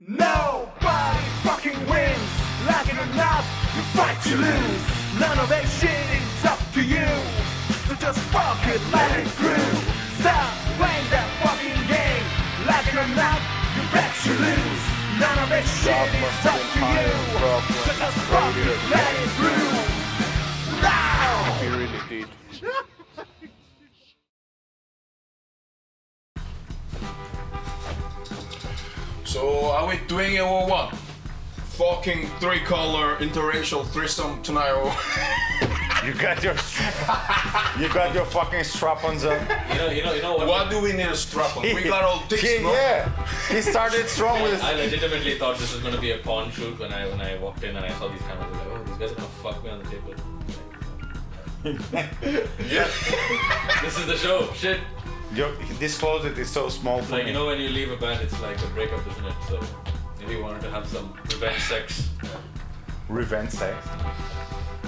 Nobody fucking wins. Like it or not, you fight, you lose. None of that shit is up to you. So just fuck it, let it through. Stop playing that fucking game. Like it or not, you bet you lose. None of that shit is up to you. So just fuck it, let it through. Now! He really did. so are we doing it or what? Fucking three color interracial threesome tonight or You got your You got your fucking strap-ons on. You know, you know, you know what? what do we need a strap on? We got all dicks, He- no? Yeah. He started strong with I legitimately thought this was gonna be a porn shoot when I when I walked in and I saw these cameras. I was like, oh, these guys are gonna fuck me on the table. Yeah. This is the show. Shit. your, this closet is so small for Like me. you know, when you leave a band, it's like a breakup, isn't it? So if you wanted to have some revenge sex, Revenge sex.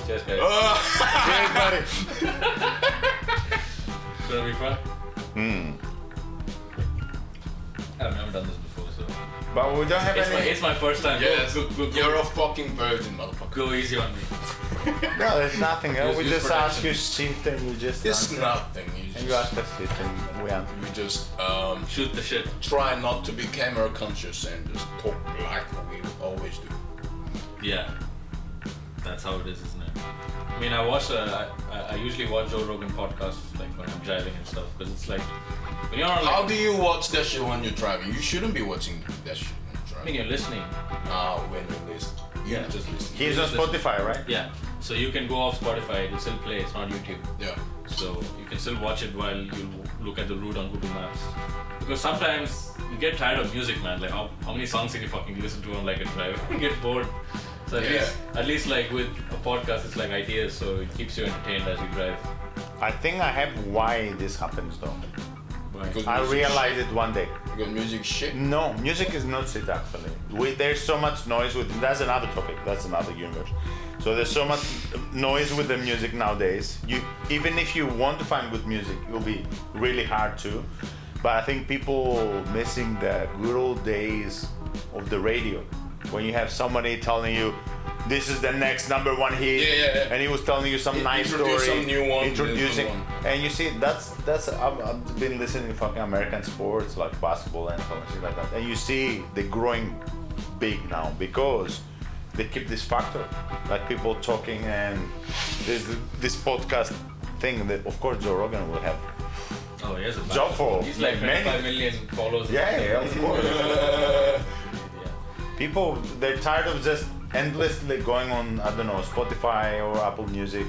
cheers, guys. Hey, buddy. It's gonna be fun. Hmm. I've never done this before, so But we don't have it's my any it's my first time. Go- Yes. Go, go, go, You're a fucking virgin, motherfucker. go easy on me. No, there's nothing. Use- we use just ask protection. you shit and you just It's answer. nothing. You and just, you ask us shit and we answer. we just um, Shoot the shit. try not to be camera conscious and just talk like we always do. Yeah, that's how it is, isn't it? I mean, I watch. Uh, I- I, I usually watch Joe Rogan podcasts like when I'm driving and stuff because it's like when you're on. Like, How do you watch that shit when you're driving? You shouldn't be watching that shit when you're I driving. mean, you're listening. Ah, when you listen. You Yeah. just listen. He's on Spotify, right? Yeah. So you can go off Spotify. You still play. It's not YouTube. Yeah. So you can still watch it while you look at the route on Google Maps. Because sometimes you get tired of music, man. Like how, how many songs can you fucking listen to on like a drive? you get bored. So at Yeah. least at least like with a podcast, it's like ideas, so it keeps you entertained as you drive. I think I have why this happens though. But- Because I music realized shit. it one day. Because music shit. No, music is not shit actually. We, there's so much noise with that's another topic. That's another universe. So there's so much noise with the music nowadays. You even if you want to find good music, it'll be really hard to. But I think people missing the good old days of the radio when you have somebody telling you. This is the next number one hit, Yeah, yeah, yeah. and he was telling you some In- nice introduce story, some new one, then introducing, another one. and you see, that's that's I've, I've been listening to fucking American sports like basketball and stuff and shit like that, and you see they're growing big now because they keep this factor, like people talking and this this podcast thing that of course Joe Rogan will have. Oh, he has a Job for He's like many- 25 million followers. Yeah, yeah, of course. Yeah. people they're tired of just endlessly going on I don't know Spotify or Apple Music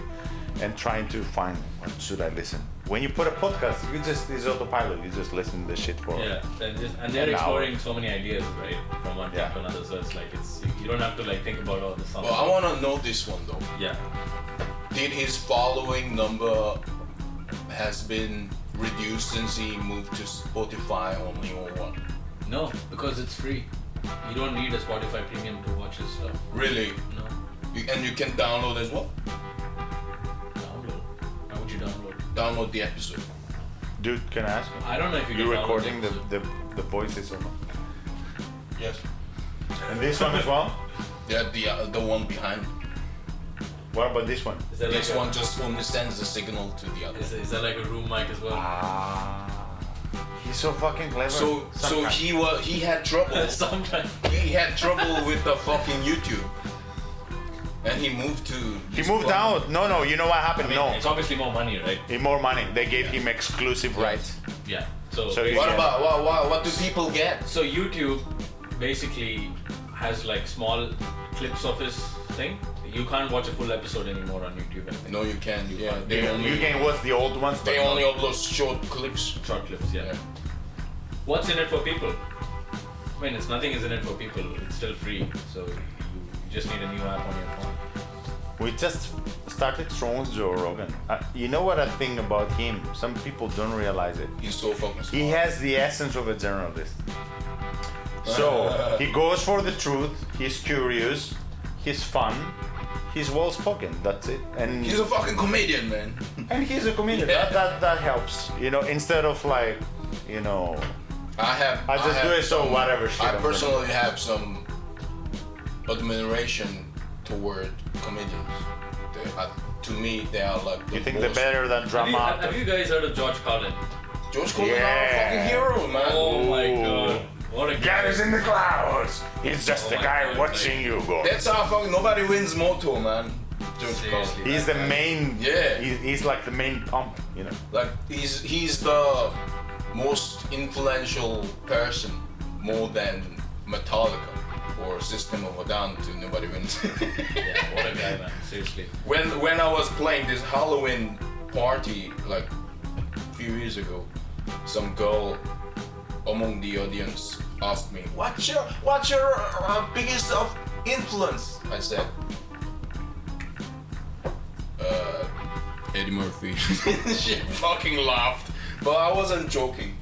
and trying to find what should I listen. When you put a podcast, you just it's autopilot. You just listen to the shit for. Yeah, and, just, and they're An hour. exploring so many ideas, right? From one thing Yeah. to another, so it's like it's you, you don't have to like think about all the songs. Well, I want to know this one though. yeah, Did his following number has been reduced since he moved to Spotify only or what? no, because it's free. You don't need a Spotify Premium to watch his stuff. Really? No, You, and you can download as well. download. Why would you download? Download the episode. Dude, can I ask I don't know if you? you. You can download recording the it. the, the voices or not? Yes. And this one as well. Yeah, the uh, the one behind. What about this one? Is there like This a, one just only sends the signal to the other. Is, is there like a room mic as well? Ah, he's so fucking clever. So so Sometimes. he was he had trouble. Sometimes. he had trouble with the fucking YouTube, and he moved to. he moved out. No, no. You know what happened? It's obviously more money, right? no, he more money. They gave him exclusive rights. Yeah. So. So you- What about what, what, what do people get? So YouTube basically has like small clips of his thing. You can't watch a full episode anymore on YouTube. I think. No, you can. You Yeah, can't. they They You only can watch the old ones. but they not only upload short clips. Short clips, yeah. Yeah. What's in it for people? I mean, it's nothing is in it for people. It's still free, so you just need a new app on your phone. We just started strong with Joe Rogan. Uh, you know what I think about him? Some people don't realize it. He's so fucking smart. He has the essence of a journalist. So he goes for the truth. He's curious. He's fun. He's well spoken. That's it. And He's a fucking comedian, man. and he's a comedian. Yeah. That, that that helps. You know, instead of like, you know, I have. I just have do it so some- whatever shit I I'm doing. personally have some admiration toward comedians. They are, to me, they are like. The You think they're most, better than Have you, have, drama? you guys heard of George Carlin? George Clooney Yeah. is our fucking hero, man. Oh my Ooh. god. What a God guy. is in the clouds. He's just Oh the my guy God, watching you go. That's how fucking nobody wins Moto, man. George Seriously. Clooney. He's the main. Yeah. He's, he's like the main pump, you know. Like he's he's the most influential person, more than Metallica or System of a Down to Nobody Wins. Yeah, what a guy, man. Seriously. when when I was playing this Halloween party like a few years ago, some girl among the audience asked me, "What's your what's your uh, biggest of influence?" I said, uh, "Eddie Murphy." she fucking laughed, but I wasn't joking.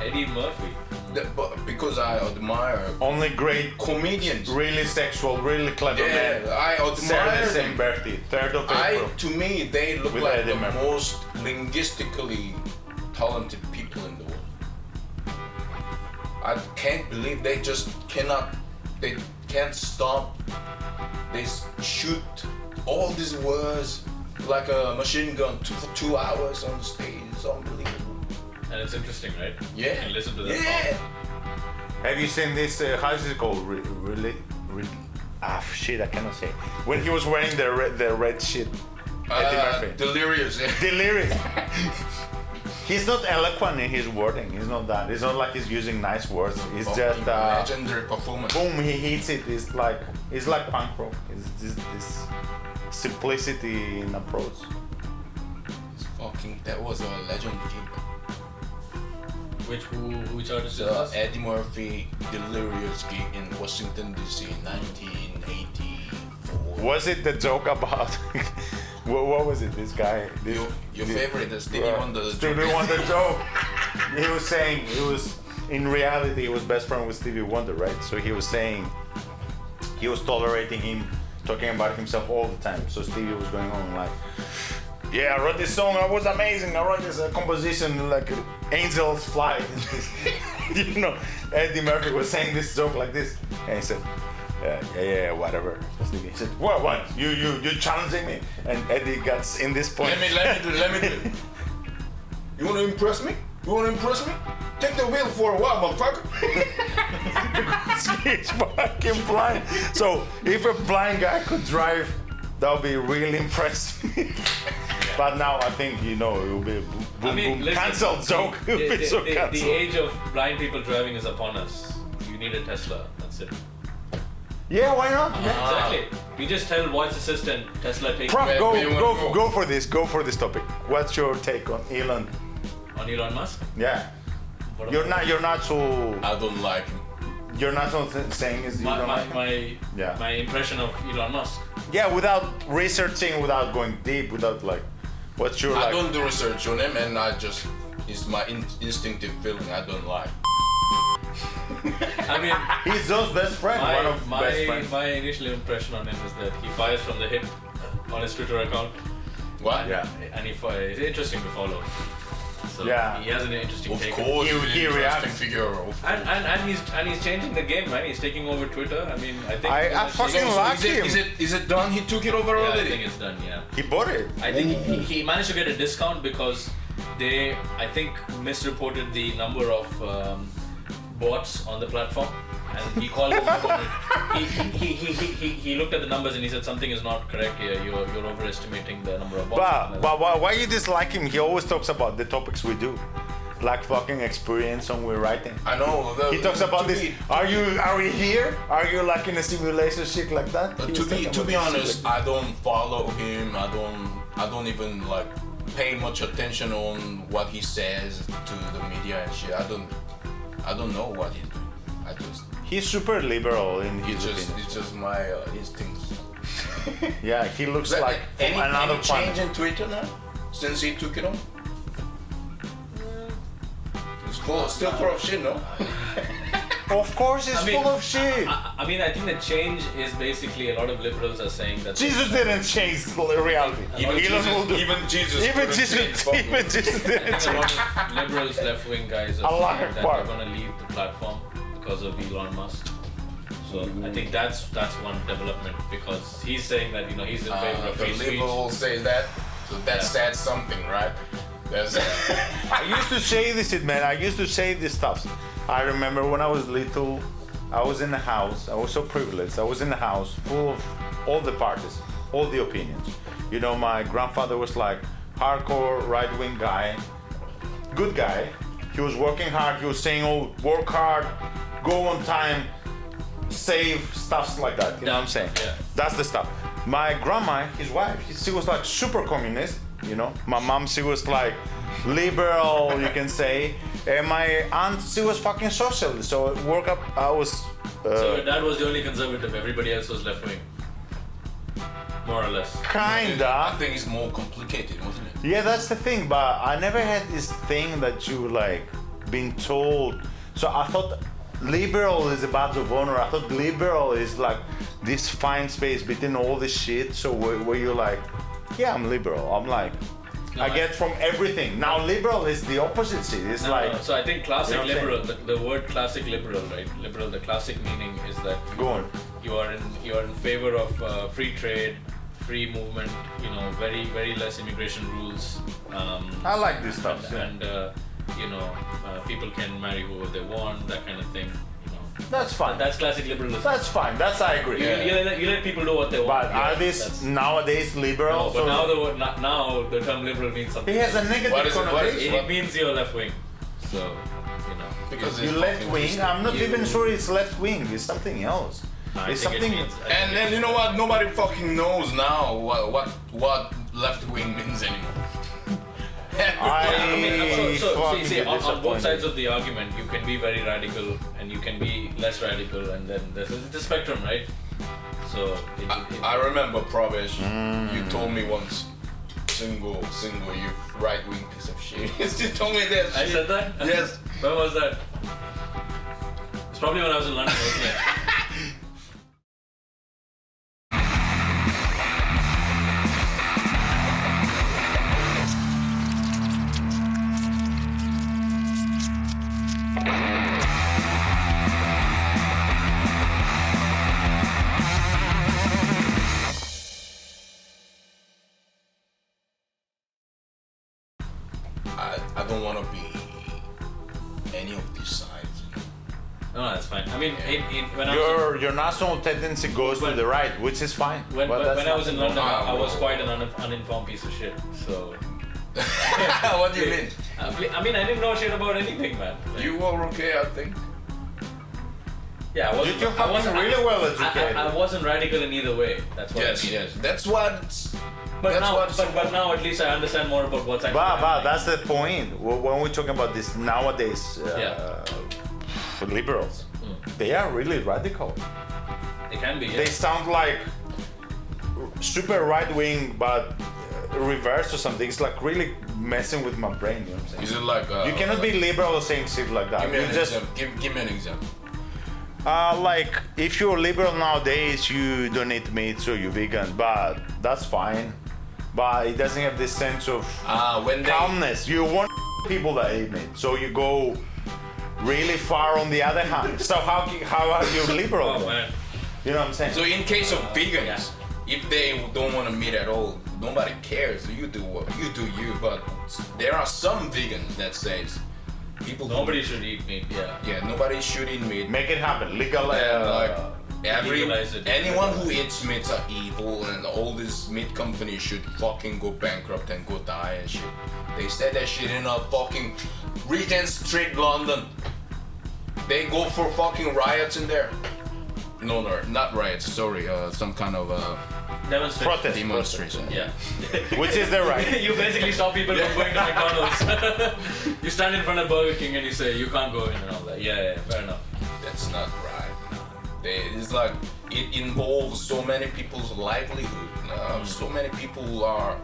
Eddie Murphy. That- but because I admire Only great, comedians. really sexual, really clever Yeah, man. I Share admire the them. same birthday, third of I April. to me they look With like Eddie the Murphy. most linguistically talented people in the world. I can't believe they just cannot they can't stop they s- shoot all these words like a machine gun two, for two hours on stage. It's unbelievable. And it's interesting, right? Yeah. And listen to that. yeah. Have you seen this? Uh, how is it called? Re- really, really. Ah, shit! I cannot say. When he was wearing the red, the red shit. Eddie Uh, Murphy. delirious. yeah. Delirious. he's not eloquent in his wording. He's not that. It's not like he's using nice words. It's Oh, just Fucking uh, legendary performance. boom. He hits it. It's like it's like punk rock. It's this, this simplicity in approach. It's Fucking, that was a legend gig. Which who which artist the is this? Eddie Murphy Delirious gig in Washington D.C. in 1984. Was it the joke about? what, what was it? This guy. This, Your, your this- favorite is Stevie Right. Wonder. Stevie Wonder joke. he was saying he was in reality he was best friend with Stevie Wonder, right? So he was saying he was tolerating him talking about himself all the time. So Stevie was going on like yeah, I wrote this song. I was amazing. I wrote this uh, composition like uh, angels fly. you know, Eddie Murphy was saying this joke like this, and he said, yeah, yeah, yeah, whatever. Stevie said, what, what? You, you, you challenging me? And Eddie gets in this point. Let me, let me do, let me do. it. You wanna impress me? You wanna impress me? Take the wheel for a while, motherfucker. He's fucking blind. So if a blind guy could drive, that would be really impressive. but now I think you know it will be a boom boom, I mean, boom. listen, cancelled joke. It The, will be the- so the- the cancelled. age of blind people driving is upon us. You need a Tesla. That's it. Yeah, why not? Yeah. Exactly. We just tell voice assistant Tesla take Prof, Where- go, where you wanna go, go? go, for this. Go for this topic. What's your take on Elon? on Elon Musk. Yeah, What you're about- not. You're not so. I don't like him. You're not so th- saying is my Elon my, Musk? my, Yeah. my impression of Elon Musk. Yeah, without researching, without going deep, without like, what's your I like? don't do research on him, and I just it's my in- instinctive feeling. I don't like. I mean He's Joe's best friend. My, one of best my, friends. my initial impression on him is that he fires from the hip on his Twitter account, What? Yeah. and he fires. It's interesting to follow. So Yeah. he has an interesting Of take. course, He- he's an he interesting reacts. figure. Of And, and, and he's and he's changing the game, man. He's taking over Twitter. I mean, I think. I- I he's- fucking So like is, it, him. is it is it done? He took it over Yeah, I already. think it's done. Yeah. He bought it. I think he, he managed to get a discount because they, I think, misreported the number of um, bots on the platform, and he called them. on it. he, he, he, he, he, he looked at the numbers and he said something is not correct here. You're, you're overestimating the number of bots. But, but why, why you dislike him? He always talks about the topics we do, like fucking experience when we're writing. I know. the- He talks about to this. me- Are you are we here? Are you like in a simulation shit like that? Uh, He to was be talking to about be this shit honest, like- I don't follow him. I don't I don't even like pay much attention on what he says to the media and shit. I don't I don't know what he do. I just he's super liberal in his it's just opinion. it's just my uh, instincts. Yeah, he looks But, like any, from another any planet. change in Twitter now since he took it on. Mm. Uh, It's full, still full of shit, no? Of course, it's I mean- full of shit. I, I mean, I think the change is basically a lot of liberals are saying that Jesus didn't change the reality. Even Elon Jesus, will do. even Jesus, even couldn't change Jesus, fucking- even Jesus didn't I think a change. lot of liberals, left wing guys are Allah saying that Akbar. they're going to leave the platform because of Elon Musk. So I think that's that's one development because he's saying that you know he's in favor Uh, of the free speech. liberal says that, so that Yeah. said something, right? That's I used to say this shit, man. I used to say this stuff. I remember when I was little, I was in a house. I was so privileged. I was in a house full of all the parties, all the opinions. You know, my grandfather was like hardcore right-wing guy, good guy. He was working hard. He was saying, "Oh, work hard, go on time, save stuffs like that." You know what I'm saying? Yeah. That's the stuff. My grandma, his wife, she was like super communist, you know. My mom, she was like liberal, you can say. And my aunt, she was fucking socialist. So work up, I was. Uh, So your dad was the only conservative. Everybody else was left wing, more or less. uh, I kinda. think it's more complicated, wasn't it? Yeah, that's the thing. But I never had this thing that you like been told. So I thought liberal is a badge of honor. I thought liberal is like this fine space between all this shit. So where, where you're like, yeah, I'm liberal. I'm like, No, I I- get from everything. Now liberal is the opposite shit. It's No, like no, so I think classic You know what I'm liberal. The, the word classic liberal, right? Liberal. The classic meaning is that go on. you are in you are in favor of uh, free trade, free movement. You know, very very less immigration rules. Um, I like this stuff. yeah. and uh, you know uh, people can marry whoever they want that kind of thing you know That's fine. That's Uh, that's classic liberalism that's fine. That's I agree. you, you, let, you let people do what they want But Yeah, are these that's- nowadays liberal? no, but So- now the word not now the term liberal means something he has a else. negative What is it? What is connotation. it, What- means you're left wing so you know Because You it's left fucking wing? I'm not You- even sure it's left wing. It's something else. I it's think it something. means- I think And it- then you know what? Nobody fucking knows now what what what left wing means anymore. I mean, I'm so, so see, fucking see, on, on both disappointed. sides of the argument, you can be very radical and you can be less radical, and then there's the spectrum, right? So, it, it, I, I remember Pravesh. Mm. You told me once, single, single, you right wing piece of shit. you told me that. I shit. said that? Yes. When was that? It's probably when I was in London, wasn't it? I, I don't want to be any of these sides. you know. No, no, that's fine. I mean, in, in, when I was Your your national tendency goes to When- the right, which is fine. in, when, but when, that's when I was in nothing London, Ah, I was well. quite an un, uninformed piece of shit. So, what do you mean? I ble- I mean, I didn't know shit about anything, man. Like, You were okay, I think. yeah, I wrong. wasn't. You- You're I wasn't fucking really well educated. I, I, I wasn't radical in either way. That's what I mean. That's what. But that's now, what's- but, but now at least I understand more about what's actually. But, but happening. that's the point. Wh- When we're talking about this nowadays, uh, for liberals, Mm. they are really radical. it can be. Yeah. They sound like super right wing, but uh, reverse or something. It's like really messing with my brain. You know what I'm saying? Is it like? Uh, You Oh. cannot be liberal saying shit like that. Give me You an just example. Give, give me an example. uh, like if you're liberal nowadays, you don't eat meat, so you're vegan. But that's fine. But it doesn't have this sense of Ah, when they calmness. You want people that eat meat, so you go really far on the other hand. So how ca- how are you liberal? oh then? man. You know what I'm saying? So in case of vegans, if they don't want to meet at all, nobody cares. You do what you do, you. But there are some vegans that says people. Nobody should eat meat. Yeah. Yeah, nobody should eat meat. Make it happen. Legal. And like Uh, every legalize it. anyone who eats meat are evil, and all these meat companies should fucking go bankrupt and go die and shit. They said that shit in a fucking Regent Street, London. They go for fucking riots in there. No, no, not riots. Sorry, uh, some kind of uh, Demonstrate. protest. demonstration. Yeah. Which is the right. you basically stop people from going to McDonald's. you stand in front of Burger King and you say you can't go in and all that. Yeah, yeah, fair enough. That's not right. man. They, it's like it involves so many people's livelihood. Mm. Uh, So many people are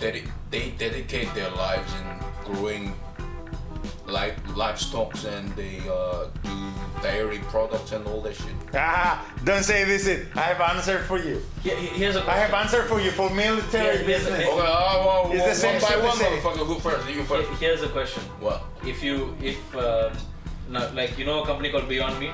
that they dedicate their lives in growing like livestock and they uh, do dairy products and all that shit. Ah, don't say this. It. I have answer for you. Here- here- here's a I have question. answer for you for military Yeah, yes, business. yes. Okay, oh, It's the same one by shit, the one, same. motherfucker. Who first? You first. Here- Here's a question. What? If you if um, no, like you know a company called Beyond Meat,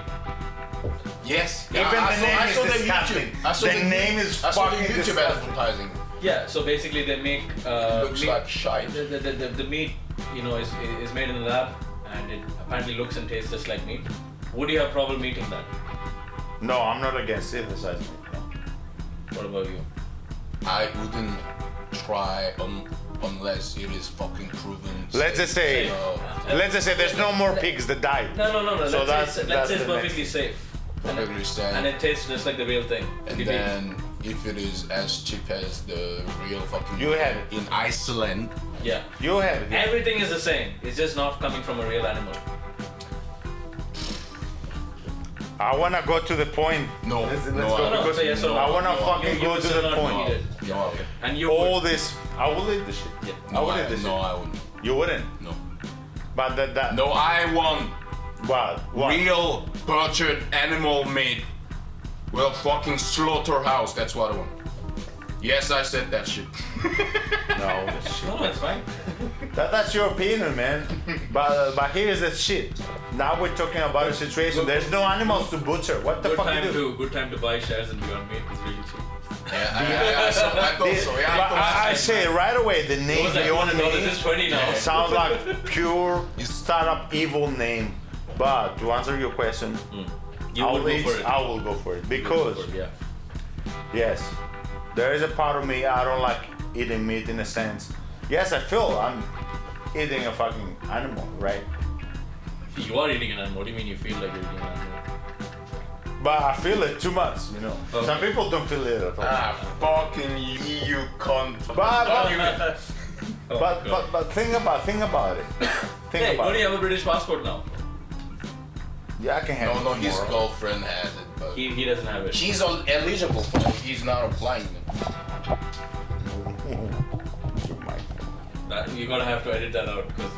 Yes. Even I, the I saw, name I is saw their disgusting. YouTube. I saw The their- name is I saw their fucking YouTube disgusting. advertising. yeah. So basically they make It uh, looks meat, like shite. the, the, the, the, the meat you know is is made in the lab and it apparently looks and tastes just like meat. Would you have problem eating that? No, I'm not against synthesizing. it, no. What about you? I wouldn't try um, unless it is fucking proven. Let's just say, Uh, let's just say there's no more pigs that die. No, no, no, no. So let's that's- say, that's it's- let's say it's the next- perfectly safe. And, Perfectly safe. And it tastes just like the real thing. and It- then if it is as cheap as the real fucking. You have it. in Iceland. yeah. You have it. Everything is the same. It's just not coming from a real animal. I wanna go to the point. No. Let's- let's no, go I- No, no, because so yes or no. I wanna No, fucking you- go you to will the not point. eat it. No, okay. And you All would- this, I will eat this shit. Yeah. I No, will I, eat this no, shit. I wouldn't. You wouldn't. No. But that, that No, I want Well, what? real butchered animal meat. Well, fucking slaughterhouse. That's what I want. Yes, I said that shit. No, No, no, it's fine. That, that's your opinion, man. but but here's the shit. Now we're talking about a situation. There's no animals to butcher. What the Good fuck time you do? to good time to buy shares in Beyond Meat. It's really cheap. Yeah, I, I, I, so, I thought so. Yeah, I But I, I thought so. say right away the It name was like one Beyond dollar. Meat This is twenty now. sounds like pure startup evil name. But to answer your question, You I would go will- for it. I will go for it because yeah. Yes. There is a part of me I don't like eating meat in a sense. Yes, I feel I'm eating a fucking animal, right? You are eating an animal. What do you mean you feel like you're eating an animal? But I feel it too much, you know. Okay. Some people don't feel it at all. Ah, fucking EU cunt. But- Fuck you. but, Oh, God. but but think about think about it. Think hey, about don't you it. have a British passport now? Yeah, I can have No, it no, his tomorrow. girlfriend has it, but He, he doesn't have it. she's el- eligible, but he's not applying. It. You might. That- You're gonna have to edit that out because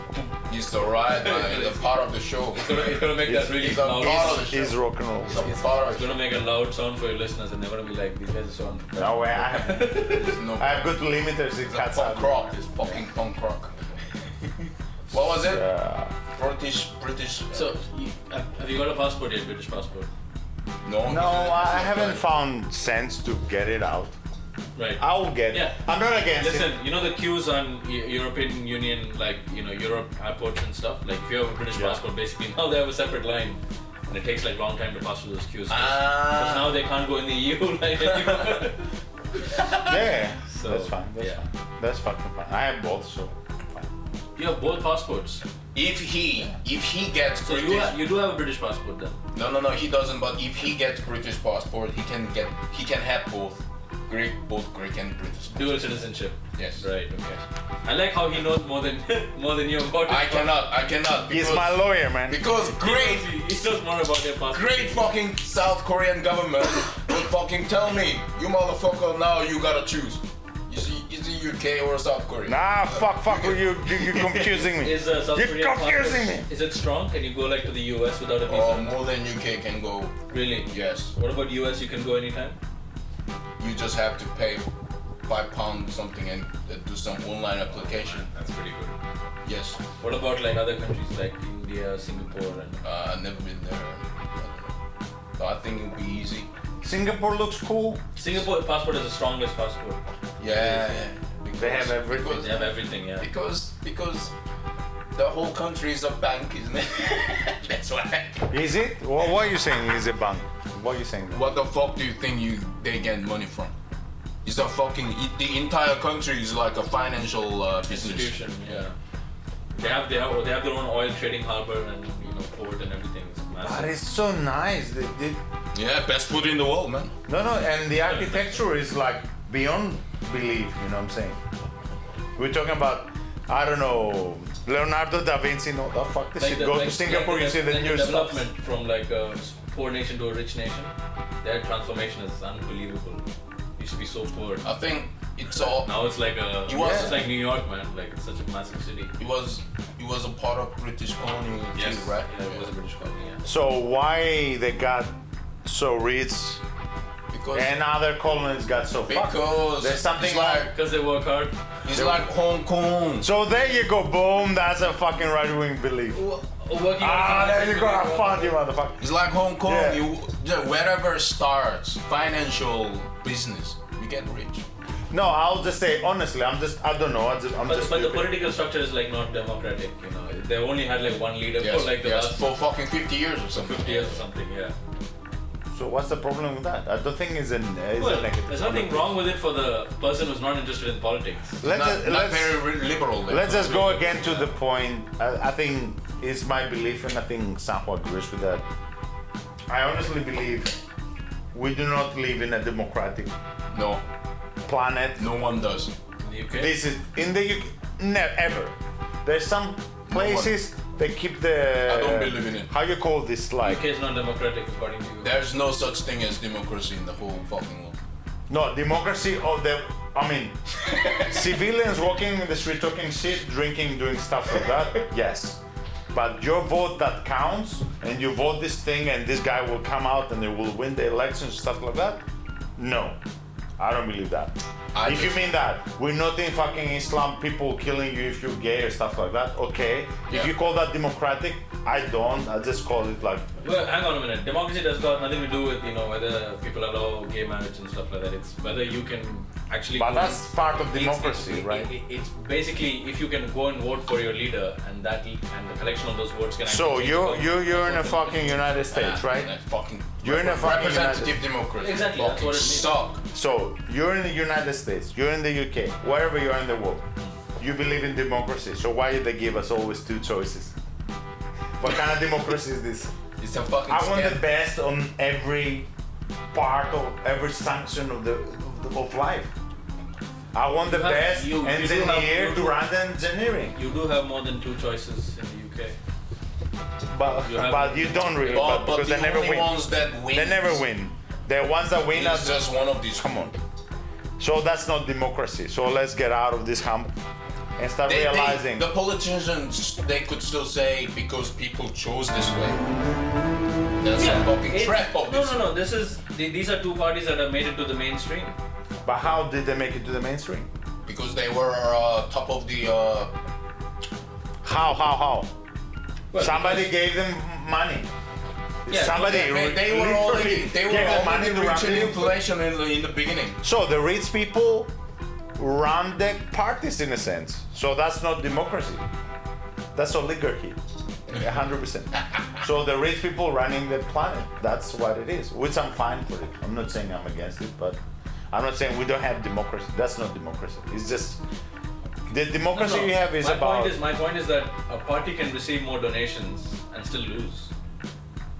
It's alright, man. It's a part of the show. it's gonna, it's gonna make that really it's a loud. lot of- It's, it's rock and roll. It's a part of It's gonna make a loud sound for your listeners, and they're gonna be like, "These guys are so." unprepared." No way. I have, It's no I have good limiters. It it's a cuts punk out. rock. It's fucking punk rock. what was it? Yeah. British, British. uh, So, you, have have you got a passport yet? British passport, no, No, I haven't found. found sense to get it out. right? I'll get Yeah. it. I'm not against it. Listen, you know the queues on Eu- European Union, like you know Europe airports and stuff. Like if you have a British Yeah. passport, basically now they have a separate line, and it takes like long time to pass through those queues. Ah. Because now they can't go in the EU like anymore. Yeah, So, that's fine. That's yeah. fine. That's fucking fine. I have both, so fine. you have both passports, If he, if he gets so British, you ha- you do have a British passport then. no, no, no, he doesn't. But if he gets British passport, he can get, he can have both Greek, both Greek and British. Dual citizenship. Yes. Right. Okay. I like how he knows more than more than you about. I it. cannot, I cannot. Because, He's my lawyer, man. because great, He knows more about their passport. great fucking South Korean government will fucking tell me, you motherfucker, now you gotta choose. Is it, is it UK or South Korea? Nah, Ah, fuck, fuck, you, you, you're confusing me. Is uh, South You're Korean confusing passport- me. Is it strong? Can you go like to the US without a Or visa? more than UK can go. really? Yes. What about US? You can go anytime. You just have to pay five pound something and uh, do some online application. That's pretty good. Yes. What about like other countries like India, Singapore, and Uh, I've never been there. I don't know. But I think it'll be easy. Singapore looks cool. Singapore passport is the strongest passport. Yeah. Because, They have everything. Because, They have everything. Yeah. because because the whole country is a bank, isn't it? That's why. Is it? What, what are you saying? Is it bang? What are you saying? What the fuck do you think you they get money from? It's a fucking it, the entire country is like a financial uh, business. Institution. Yeah. They have they have they have their own oil trading harbor and you know port and everything. It's massive. But it's so nice. They, they, Yeah, best food in the world, man. no, no, and the architecture is like beyond belief. You know what I'm saying? We're talking about, I don't know, Leonardo da Vinci. No, oh, fuck this shit. the- Go to like- Singapore, like you see the like new stuff. development from like a s- poor nation to a rich nation. Their transformation is unbelievable. Used to be so poor. I think it's all Now it's like a. You was- It's like New York, man. Like it's such a massive city. it was it was a part of British colony Yes, too, right? Yeah, it was a British colony. Yeah. So why they got so rich because and other colonies got so fucked? because there's something it's like Because they work hard. it's like Hong Kong. So there you go, boom. That's a fucking right-wing belief. Wo- Working Ah, hard. there you go. I found you, motherfucker. It's like Hong Kong. Yeah. You just wherever starts financial business, you get rich. No, I'll just say honestly. I'm just. I don't know. I'm just. I'm But, just but the stupid. political structure is like not democratic, you know. They only had like one leader Yes, for like the yes, last for fucking 50 years or something. 50 years or something, yeah. So what's the problem with that? I don't think it's an. It's Well, a negative. there's nothing wrong with it for the person who's not interested in politics. Let's Not, just, not let's, very re- liberal. then. let's just go again to the point. I, I think it's my belief, and I think Sanho agrees with that. I honestly believe we do not live in a democratic No, planet. no one does. In the UK. This is in the UK. Never ever. There's some places they keep the. I don't believe in it. How you call this like? UK is not democratic according to you. There's no such thing as democracy in the whole fucking world. No, democracy of the. I mean, civilians walking in the street talking shit, drinking, doing stuff like that, yes. But your vote that counts, and you vote this thing, and this guy will come out and they will win the elections, stuff like that, no. I don't believe that. I if you just- mean that, we're not in fucking Islam, people killing you if you're gay or stuff like that, okay. If Yeah. you call that democratic, I don't. I just call it like Well, hang on a minute. Democracy does got nothing to do with you know whether people allow gay marriage and stuff like that. It's whether you can actually. But go and- that's part of it's- democracy, it's- it- right? it- it's basically if you can go and vote for your leader, and that and the collection of those votes can. So actually you become- you you're in a fucking United Yeah, States, right? like fucking You're in a fucking representative democracy. Exactly, that's Fucking what it means. suck. So you're in the United States, you're in the UK, wherever you are in the world, you believe in democracy. So why they give us always two choices? What kind of democracy is this? It's a fucking. I want scam. the best on every part of every sanction of the of, the- of life. I want the You have- best you- you do have- engineer you to do- run the engineering, You do have more than two choices in the UK. but You have- but you don't really, Oh, but but because the they never only win. ones that win. They never win. The ones that win are It's just one of these. Come on. So that's not democracy. So let's get out of this hump and start They, realizing. they, the politicians, they could still say because people chose this way. That's a fucking It's- trap of no, this. no, no. This is the- these are two parties that have made it to the mainstream. but how did they make it to the mainstream? Because they were uh, top of the. Uh, How? How? How? Well, Somebody gave them money. Yeah, Somebody yeah, they, they were literally already they were gave them money already to run rich and the- inflation in the, in the beginning. So the rich people run the parties in a sense. So that's not democracy. That's oligarchy. 100%. so the rich people running the planet. That's what it is. Which I'm fine for it. I'm not saying I'm against it, but I'm not saying we don't have democracy. That's not democracy. It's just the No, democracy no. we have is my about point is my point is that a party can receive more donations and still lose.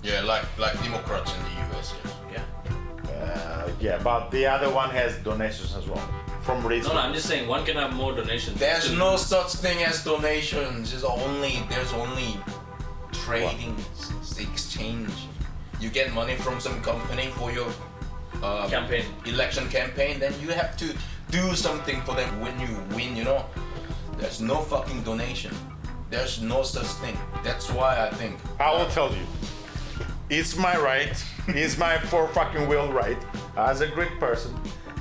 Yeah, like like Democrats in the US. Yes. Yeah. uh, yeah, but the other one has donations as well from rich. No, no. I'm just saying one can have more donations. There's still no lose. such thing as donations. There's only there's only trading, s- exchange. You get money from some company for your uh, Campaign. election campaign, then you have to do something for them when you win. You know, there's no fucking donation. There's no such thing. That's why I think. I will tell you. It's my right, it's my for fucking will right as a Greek person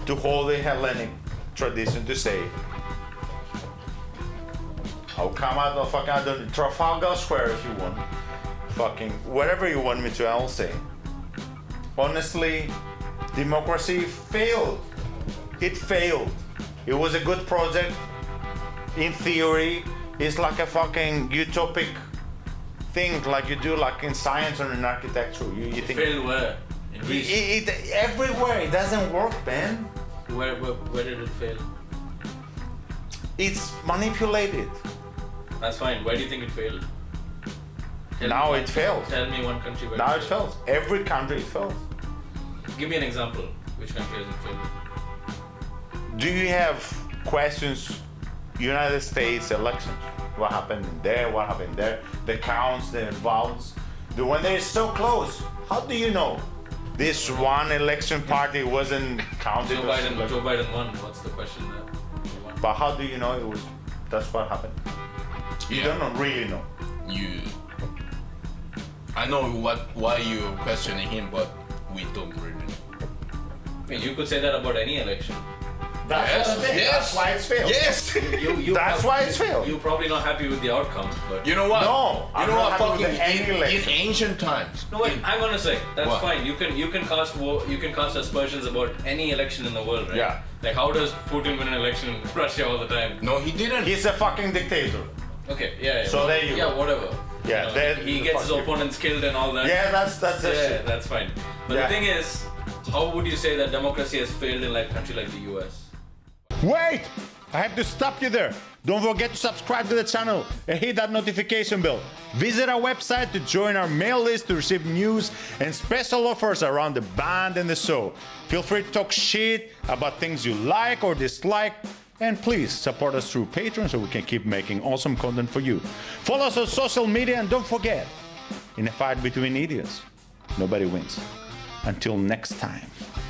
to hold the Hellenic tradition to say, I'll come out of fucking I don't, Trafalgar Square if you want. Fucking whatever you want me to, I'll say. Honestly, democracy failed. It failed. It was a good project. In theory, it's like a fucking utopic thing like you do like in science or in architecture. You, you think failed where in E Greece. It- it- everywhere it doesn't work, man. Where, where, where did it fail? It's manipulated. That's fine. Where do you think it failed? Tell Now me one- it fails. Tell me one country where. Now it fails. Every country it fails. Give me an example. Which country has it failed? Do you have questions? United States elections. What happened in there? What happened there? The counts, the votes. The when they're so close, how do you know? this one election party wasn't counted. Joe or something Biden, like- Joe Biden won. What's the question there? He won. But how do you know it was? That's what happened. You Yeah. don't know, really know. you I know what why you're questioning him but we don't really know. I mean, you could say that about any election. That's, Yes, what it is. yes. That's why it's failed. Yes! You, you That's prob- why it's failed. You're probably not happy with the outcome, but You know what? No, You I'm know not what happy with fucking any in, in election. ancient times. No, wait. Hang on a sec. That's What? fine. You can you can cast wo- you can cast aspersions about any election in the world, right? Yeah. Like how does Putin win an election in Russia all the time? No, he didn't. He's a fucking dictator. Okay. Yeah. yeah So well, there you Yeah. go. Whatever. Yeah, You know, there- he the gets his fuck you- opponents killed and all that. Yeah, that's that's the Yeah. shit. That's fine. But Yeah. the thing is, how would you say that democracy has failed in like country like the U.S.? Wait! I have to stop you there. Don't forget to subscribe to the channel and hit that notification bell. Visit our website to join our mail list to receive news and special offers around the band and the show. Feel free to talk shit about things you like or dislike. And please support us through Patreon so we can keep making awesome content for you. Follow us on social media and don't forget in a fight between idiots, nobody wins. Until next time.